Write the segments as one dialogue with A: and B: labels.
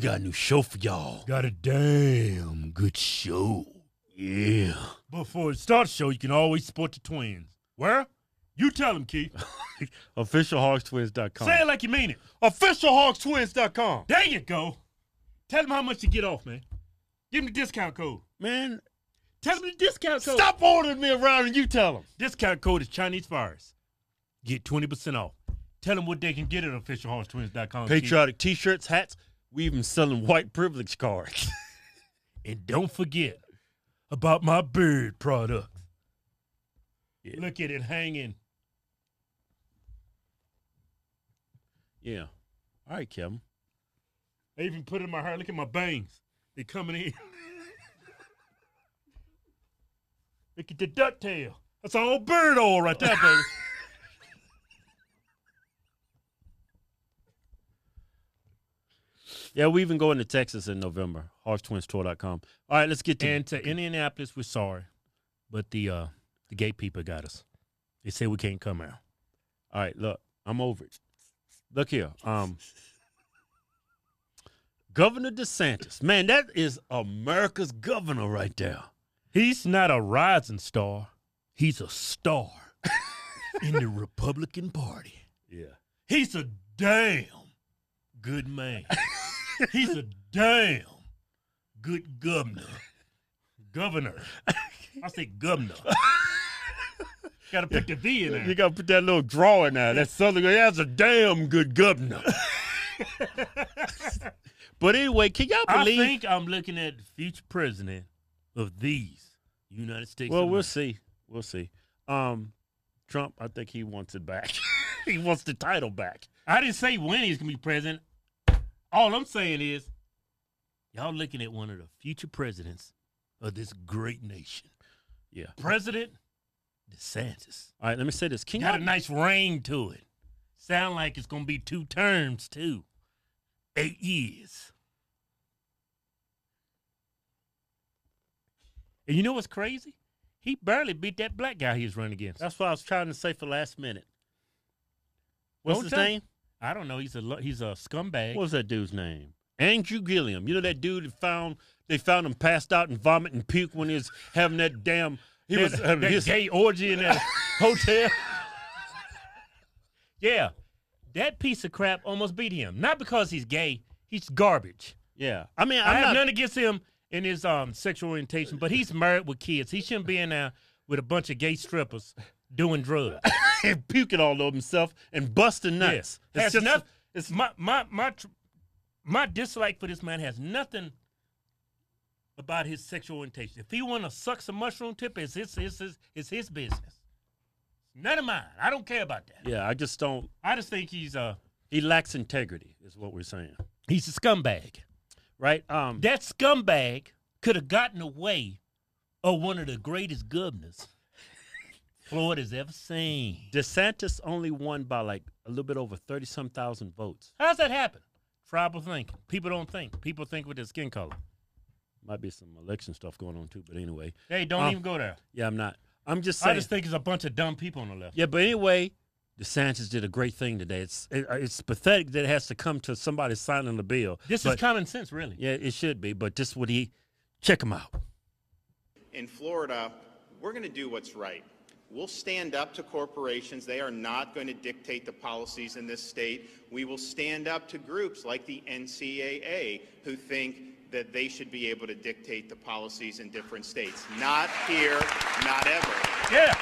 A: got a new show for y'all.
B: Got a damn good show.
A: Yeah.
B: Before it starts the show, you can always support the twins. Where? You tell them, Keith.
A: OfficialHawksTwins.com.
B: Say it like you mean it.
A: OfficialHawksTwins.com.
B: There you go. Tell them how much to get off, man. Give them the discount code.
A: Man,
B: Tell them the discount code.
A: stop ordering me around and you tell them.
B: Discount code is Chinese Fires. Get 20% off. Tell them what they can get at officialhorsetwins.com. Keith.
A: Patriotic t shirts, hats. We even selling white privilege cards.
B: And don't forget about my beard product.
A: Yeah.
B: Look at it hanging.
A: yeah. All right, Kevin.
B: I even put it in my hair. Look at my bangs. They coming in. Look at the duck tail. That's all bird oil right there, baby.
A: Yeah, we even going to Texas in November. HawksTwinsTour.com. All right, let's get to
B: and to Indianapolis, we're sorry, but the uh, the gate people got us. They say we can't come out.
A: All right, look, I'm over it. Look here, um, Governor DeSantis, man, that is America's governor right there.
B: He's not a rising star. He's a star in the Republican Party.
A: Yeah,
B: He's a damn good man. He's a damn good governor. Governor. I say governor. Gotta put the V in there.
A: you gotta put that little drawer now. That's something. That's a damn good governor. but anyway, can y'all
B: I
A: believe?
B: think I'm looking at the future president of these United States.
A: well,
B: of
A: we'll
B: America.
A: see. We'll see. Um, Trump, I think he wants it back. he wants the title back.
B: I didn't say when he's gonna be president. All I'm saying is, y'all looking at one of the future presidents of this great nation,
A: Yeah.
B: President DeSantis.
A: All right, let me say this. Can
B: Got
A: y'all
B: a nice ring to it. Sound like it's gonna be two terms too. Eight years. And you know what's crazy? He barely beat that black guy he was running against.
A: That's what I was trying to say for last minute. What's
B: Don't
A: his
B: tell-
A: name?
B: I don't know. He's a lo- he's a scumbag.
A: What was that dude's name? Andrew Gilliam. You know that dude that found they found him passed out and vomit and puke when he was having that damn he
B: That-
A: was
B: that,
A: having his
B: gay orgy in that hotel. Yeah, that piece of crap almost beat him. Not because he's gay. He's garbage.
A: Yeah. I mean
B: I
A: I'm
B: have
A: not
B: none against him in his um sexual orientation, but he's married with kids. He shouldn't be in there with a bunch of gay strippers doing drugs.
A: puking all over himself and busting
B: Yeah.
A: nuts.
B: Has
A: just-
B: noth- It's my my my tr- my dislike for this man has nothing about his sexual orientation. If he want to suck some mushroom tip, it's his it's his, it's his business. None of mine. I don't care about that.
A: Yeah, I just don't
B: I just think he's a
A: he lacks integrity is what we're saying.
B: he's a scumbag.
A: Right? Um
B: That scumbag could have gotten away of one of the greatest governors Florida's ever seen.
A: DeSantis only won by like a little bit over thirty some thousand votes.
B: How's that happen? Tribal thinking. People don't think. People think with their skin color.
A: Might be some election stuff going on too, but anyway.
B: Hey, don't
A: Um,
B: even go there.
A: Yeah, I'm not. I'm just
B: I
A: saying.
B: just think it's a bunch of dumb people on the left.
A: Yeah, but anyway, DeSantis did a great thing today. It's it, uh, it's pathetic that it has to come to somebody signing the bill.
B: This
A: but,
B: is common sense, really.
A: yeah, it should be. But this would he check him out.
C: in Florida, we're going to do what's right. We'll stand up to corporations. They are not going to dictate the policies in this state. We will stand up to groups like the NCAA who think that they should be able to dictate the policies in different states. Not here, not ever.
B: Yeah.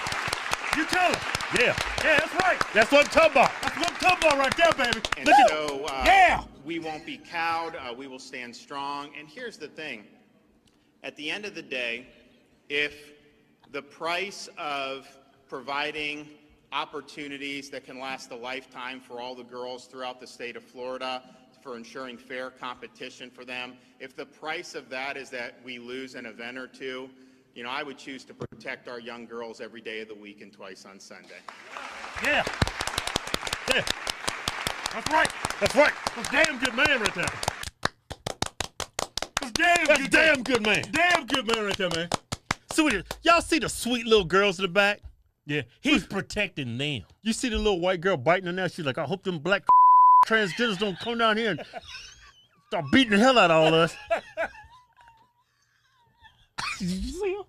B: You tell them.
A: Yeah,
B: Yeah, that's right.
A: that's what I'm talking about.
B: That's what I'm talking about right there, baby.
C: And
B: Look at-
C: so uh,
B: Yeah.
C: we won't be cowed. Uh, we will stand strong. And here's the thing at the end of the day, if the price of providing opportunities that can last a lifetime for all the girls throughout the state of Florida, for ensuring fair competition for them, if the price of that is that we lose an event or two, you know, I would choose to protect our young girls every day of the week and twice on Sunday.
B: Yeah. Yeah. That's right.
A: That's right.
B: That's damn good man right there. That's damn
A: That's
B: good.
A: damn good man.
B: Damn good man right there, man.
A: Sweet, y'all see the sweet little girls in the back.
B: Yeah. He's protecting them.
A: You see the little white girl biting her nail. She's like, I hope them black transgenders don't come down here and Start beating the hell out of all us.
B: Did you see him?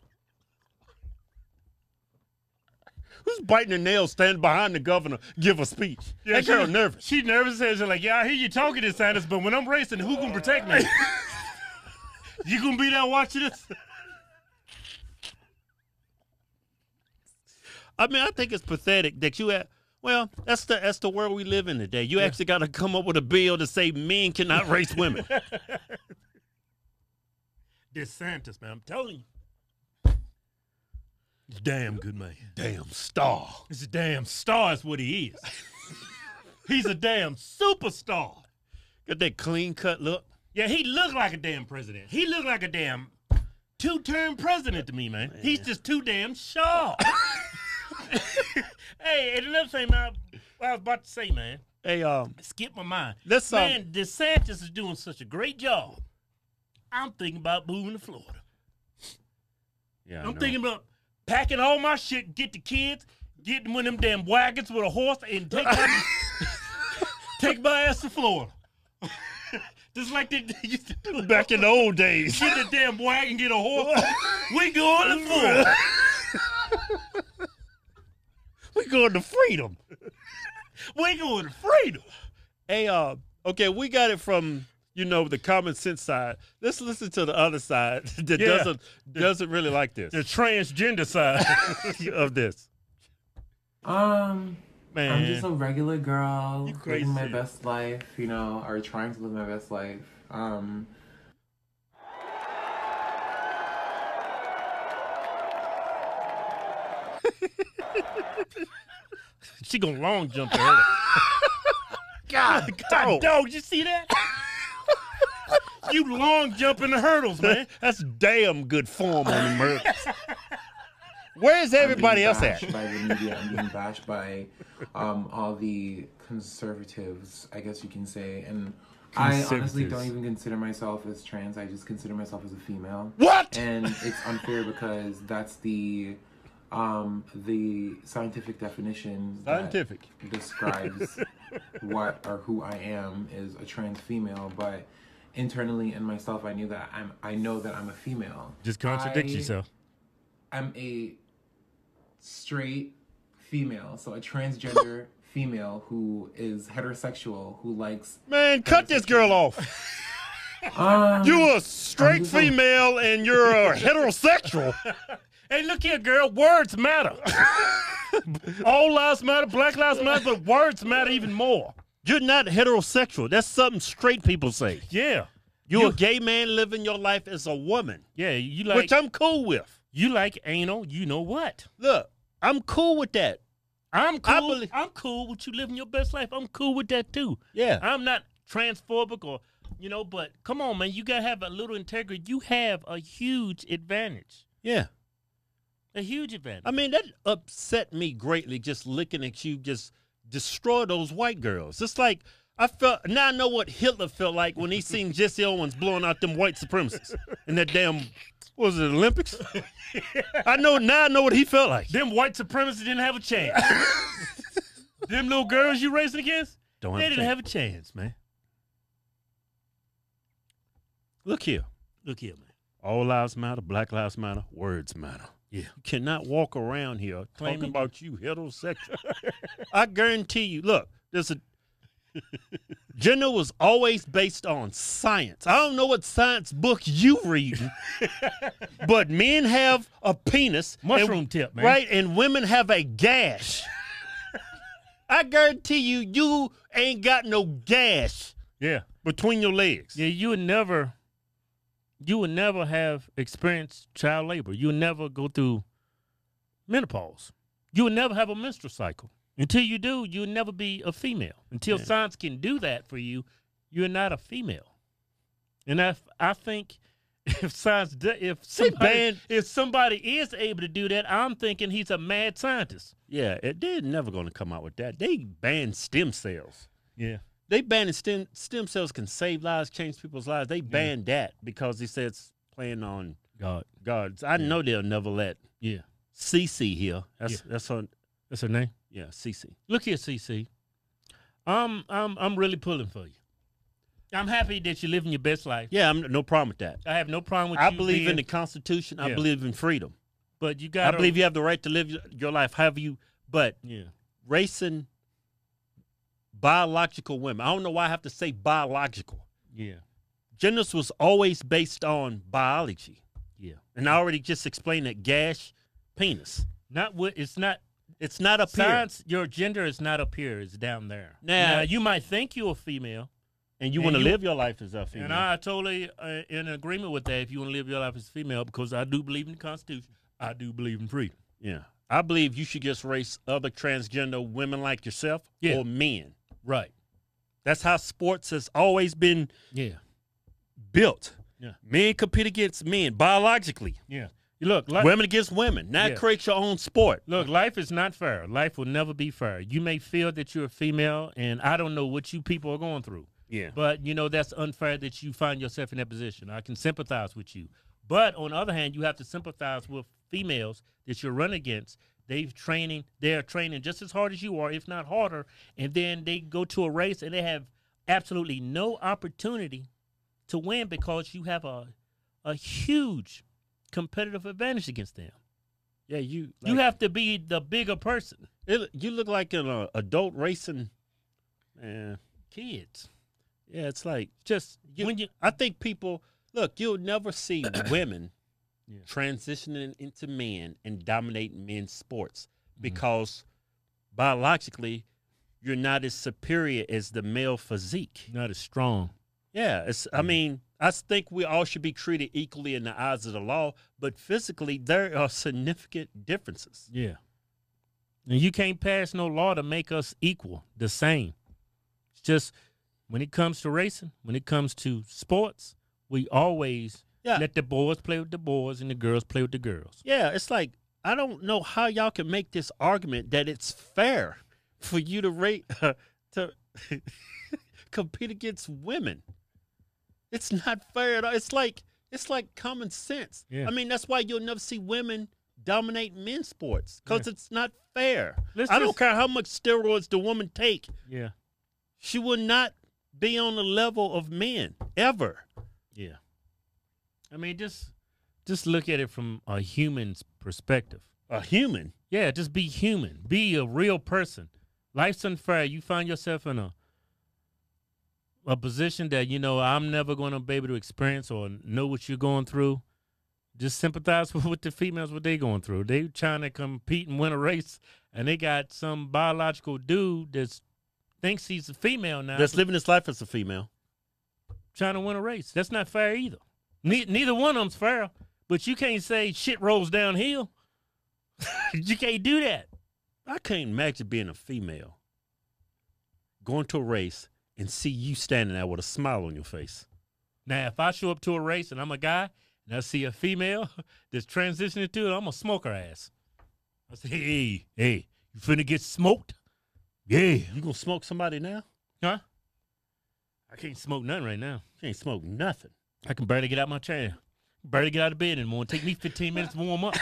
A: Who's biting their nails standing behind the governor, give a speech? that girl nervous.
B: She nervous as she's like, yeah, I hear you talking to Sanders, but when I'm racing, who gonna protect me? you gonna be there watching this?
A: I mean, I think it's pathetic that you have. Well, that's the that's the world we live in today. You actually got to come up with a bill to say men cannot race women.
B: DeSantis, man, I'm telling you. Damn good man.
A: Damn star.
B: He's a damn star is what he is. He's a damn superstar.
A: Got that clean cut look.
B: Yeah, he looked like a damn president. He looked like a damn two-term president to me, man. He's just too damn sharp. hey, and another thing, man, I was about to say, man,
A: Hey, um,
B: skip my mind.
A: Let's, um,
B: man, DeSantis is doing such a great job. I'm thinking about moving to Florida.
A: yeah, I
B: I'm
A: know.
B: thinking about packing all my shit, get the kids, get in one of them damn wagons with a horse, and take my, take my ass to Florida. Just like they used to do
A: back in the old days.
B: Get the damn wagon, get a horse. we going to Florida.
A: we going to freedom.
B: We going to freedom.
A: Hey, uh, okay, we got it from you know the common sense side. Let's listen to the other side that
B: Yeah.
A: doesn't doesn't really like this
B: The transgender side.
A: of this.
D: Um,
B: Man.
D: I'm just a
A: Mm-hmm.
D: regular girl,
B: You
D: living my
B: crazy.
D: best life, you know, or trying to live my best life. Um,
B: She gonna long jump to her. God,
A: dog.
B: dog. you see that? you long jumping the hurdles, man.
A: That's damn good form on the Mercs. Where is
D: I'm being
A: everybody else at?
D: bashed By the media, I'm being bashed by um, all the conservatives, I guess you can say. And I honestly don't
A: Conservatives.
D: even consider myself as trans. I just consider myself as a female.
A: What?
D: And it's unfair because that's the um, the scientific definition. that
A: Scientific.
D: describes what or who I am is a trans female, but internally in myself, I knew that I'm. I know that I'm a female.
B: Just contradict
D: I-
B: yourself.
D: I'm a straight female, so a transgender female who is heterosexual who likes.
A: Man, cut this girl off.
D: Um,
A: You a straight
D: just a-
A: female and you're a heterosexual.
B: Hey, look here, girl. Words matter. All lives matter. Black lives matter. But words matter even more.
A: You're not heterosexual. That's something straight people say.
B: Yeah,
A: You, a gay man living your life as a woman,
B: yeah. You like
A: which I'm cool with.
B: you like anal. You know what?
A: Look, I'm cool with that.
B: I'm cool.
A: I believe-
B: I'm cool with you living your best life. I'm cool with that too.
A: Yeah.
B: I'm not transphobic or you know, but come on, man, you gotta have a little integrity. You have a huge advantage.
A: yeah.
B: A huge advantage.
A: I mean, that upset me greatly just looking at you just destroy those white girls. It's like I felt now I know what Hitler felt like when he seen Jesse Owens blowing out them white supremacists in that damn what was it Olympics? I know now I know what he felt like.
B: them white supremacists didn't have a chance. them little girls you racing against,
A: Don't
B: they didn't
A: chance.
B: have a chance, man.
A: Look here.
B: Look here, man.
A: All lives matter, black lives matter, words matter.
B: Yeah.
A: You cannot walk around here talking
B: Claiming-
A: about you heterosexual. I guarantee you, look, there's a gender was always based on science. I don't know what science book you reading, but men have a penis. and-
B: Mushroom tip, man.
A: Right, and women have a gash. I guarantee you, you ain't got no gash
B: Yeah.
A: between your legs.
B: Yeah, you would never you would never have experienced child labor. You would never go through menopause. You would never have a menstrual cycle. Until you do, you'll never be a female. Until science can do that for you, you're not a female. And I, I think if science, do- if somebody,
A: banned-
B: if somebody is able to do that, I'm thinking he's a mad scientist.
A: Yeah, it, they're never going to come out with that. They banned stem cells.
B: Yeah,
A: They banned stem stem cells can save lives, change people's lives. They banned that because they said it's playing on
B: God.
A: gods. I know they'll never let
B: Yeah,
A: Cece here. That's that's on
B: that's her name.
A: yeah Cece.
B: Look here, CC. I'm I'm I'm really pulling for you. I'm happy that you're living your best life.
A: Yeah, I'm no problem with that.
B: I have no problem with
A: I
B: you.
A: believe in
B: being-
A: the Constitution. I
B: Yeah.
A: believe in freedom.
B: but you got.
A: I believe you have the right to live your, your life however you. But
B: Yeah.
A: racing biological women. I don't know why I have to say biological.
B: Yeah.
A: Genders was always based on biology,
B: Yeah.
A: and I already just explained that gash, penis.
B: Not what it's not
A: It's not up here,
B: science. Your gender is not up here; it's down there.
A: Now-
B: you might think you're a female,
A: and you
B: and
A: want to
B: you-
A: live your life as a female.
B: and I totally uh, in agreement with that. If you want to live your life as a female, because I do believe in the Constitution, I do believe in freedom.
A: yeah, I believe you should just race other transgender women like yourself
B: Yeah.
A: or men.
B: Right.
A: That's how sports has always been
B: Yeah.
A: built.
B: Yeah.
A: Men compete against men biologically.
B: Yeah. Look, li-
A: women against women. Now
B: Yeah.
A: create your own sport.
B: Look, life is not fair. Life will never be fair. You may feel that you're a female, and I don't know what you people are going through,
A: Yeah.
B: but you know that's unfair that you find yourself in that position. I can sympathize with you. But on the other hand, you have to sympathize with females that you're running against. They've training, they're training just as hard as you are, if not harder, and then they go to a race and they have absolutely no opportunity to win because you have a a huge competitive advantage against them.
A: Yeah, you
B: you have to be the bigger person.
A: it, you look like an uh, adult racing. eh, Man,
B: Kids.
A: yeah, it's like
B: Just
A: you,
B: when you
A: I think people look. You'll never see women
B: Yeah.
A: transitioning into men and dominating men's sports
B: Mm-hmm.
A: because biologically you're not as superior as the male physique.
B: not as strong.
A: Yeah, it's. I mean, I s- think we all should be treated equally in the eyes of the law, but physically there are significant differences.
B: Yeah. And you can't pass no law to make us equal, the same. It's just when it comes to racing, when it comes to sports, we always
A: Yeah.
B: let the boys play with the boys and the girls play with the girls.
A: Yeah, it's like I don't know how y'all can make this argument that it's fair for you to rate uh, to compete against women. It's not fair at all. It's like it's like common sense.
B: Yeah.
A: I mean, that's why you'll never see women dominate men's sports because it's not fair.
B: Let's
A: I don't
B: just-
A: care how much steroids the woman take.
B: Yeah.
A: She will not be on the level of men ever.
B: Yeah. I mean, just just look at it from a human's perspective.
A: A human.
B: Yeah, just be human. Be a real person. Life's unfair. You find yourself in a a position that you know I'm never going to be able to experience or know what you're going through. Just sympathize with what the females what they going through. They trying to compete and win a race, and they got some biological dude that's thinks he's a female now
A: That's living his life as a female.
B: trying to win a race. That's not fair either. Ne- neither one of them's fair. But you can't say shit rolls downhill. you can't do that.
A: I can't imagine being a female going to a race and see you standing there with a smile on your face.
B: Now, if I show up to a race and I'm a guy and I see a female that's transitioning to it, I'm gonna smoke her ass. I say, hey, hey, you finna get smoked? Yeah.
A: You gonna smoke somebody now?
B: Huh? I can't smoke nothing right now.
A: You can't smoke nothing.
B: I can barely get out my chair. Barely get out of bed in the morning. Take me 15 minutes to warm up.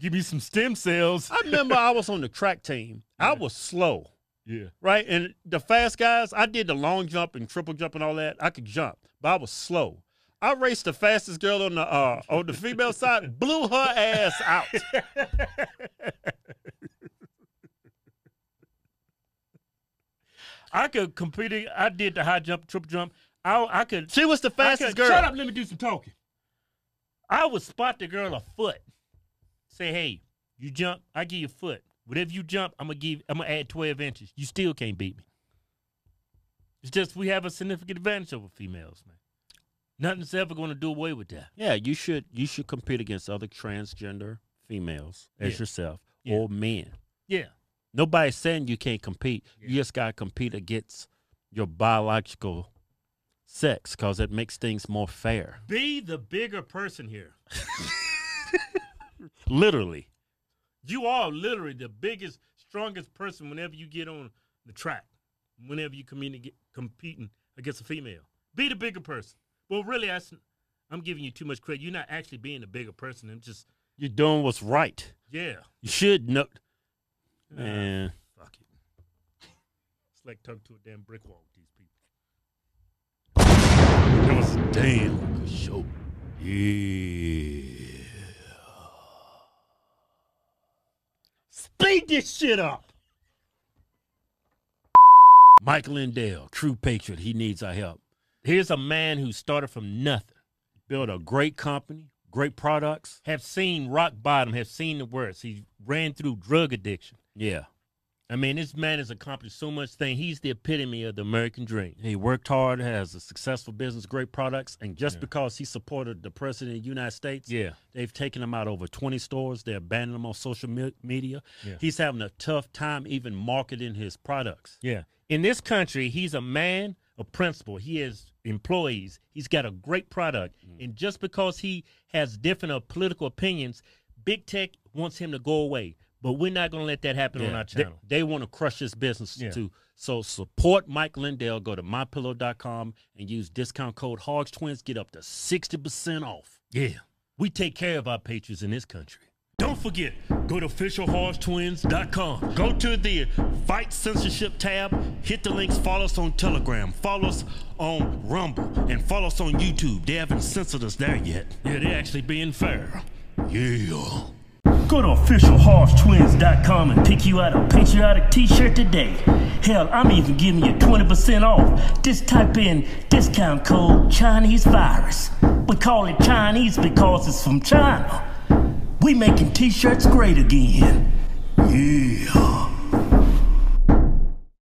B: Give me some stem cells.
A: I remember I was on the track team. I was slow,
B: Yeah.
A: right? And the fast guys, I did the long jump and triple jump and all that. I could jump, but I was slow. I raced the fastest girl on the uh, on the female side, blew her ass out.
B: I could compete. I did the high jump, triple jump. I, I could.
A: She was the
B: I
A: fastest
B: could-
A: girl.
B: Shut up. Let me do some talking. I would spot the girl a foot. Say, hey, you jump. I give you a foot. Whatever you jump, I'm gonna give. I'm gonna add 12 inches. You still can't beat me. It's just we have a significant advantage over females, man. Nothing's ever gonna do away with that.
A: Yeah, you should you should compete against other transgender females as
B: Yeah.
A: yourself
B: Yeah.
A: or men.
B: Yeah.
A: Nobody's saying you can't compete. You
B: Yeah.
A: just gotta compete against your biological sex because it makes things more fair.
B: Be the bigger person here.
A: Literally.
B: You are literally the biggest, strongest person whenever you get on the track, whenever you communicate competing against a female. Be the bigger person. Well, really, I, am giving you too much credit. You're not actually being the bigger person. I'm just,
A: You're doing what's right.
B: yeah.
A: You should know Man.
B: Fuck it. It's like talking to a damn brick wall with these people. That was a damn good show. Yeah. Speed this shit up. Mike Lindell, true patriot. He needs our help. Here's a man who started from nothing, built a great company, great products, have seen rock bottom, have seen the worst. He ran through drug addiction.
A: Yeah.
B: I mean, this man has accomplished so much thing. He's the epitome of the American dream.
A: He worked hard, has a successful business, great products, and just because he supported the president of the United States,
B: Yeah.
A: they've taken him out over 20 stores. They're banning him on social me- media.
B: Yeah.
A: He's having a tough time even marketing his products.
B: Yeah. In this country, he's a man of principle. He has employees. He's got a great product.
A: Mm.
B: And just because he has different uh, political opinions, big tech wants him to go away. But we're not going to let that happen on
A: Yeah.
B: our
A: They-
B: channel.
A: They, want to crush his business
B: Yeah.
A: too. So support Mike Lindell. Go to mypillow.com and use discount code Hogs Twins. Get up to 60% off.
B: Yeah, we take care of our patrons in this country. Don't forget, go to officialhorsetwins.com.
A: Go to the Fight Censorship tab, hit the links, follow us on Telegram, follow us on Rumble, and follow us on YouTube. They haven't censored us there yet.
B: Yeah, they're actually being fair.
A: Yeah.
B: Go to officialhorsetwins.com and pick you out a patriotic t-shirt today. Hell, I'm even giving you 20% off. Just type in discount code Chinese virus. We call it Chinese because it's from China. We making t-shirts great again. Yeah.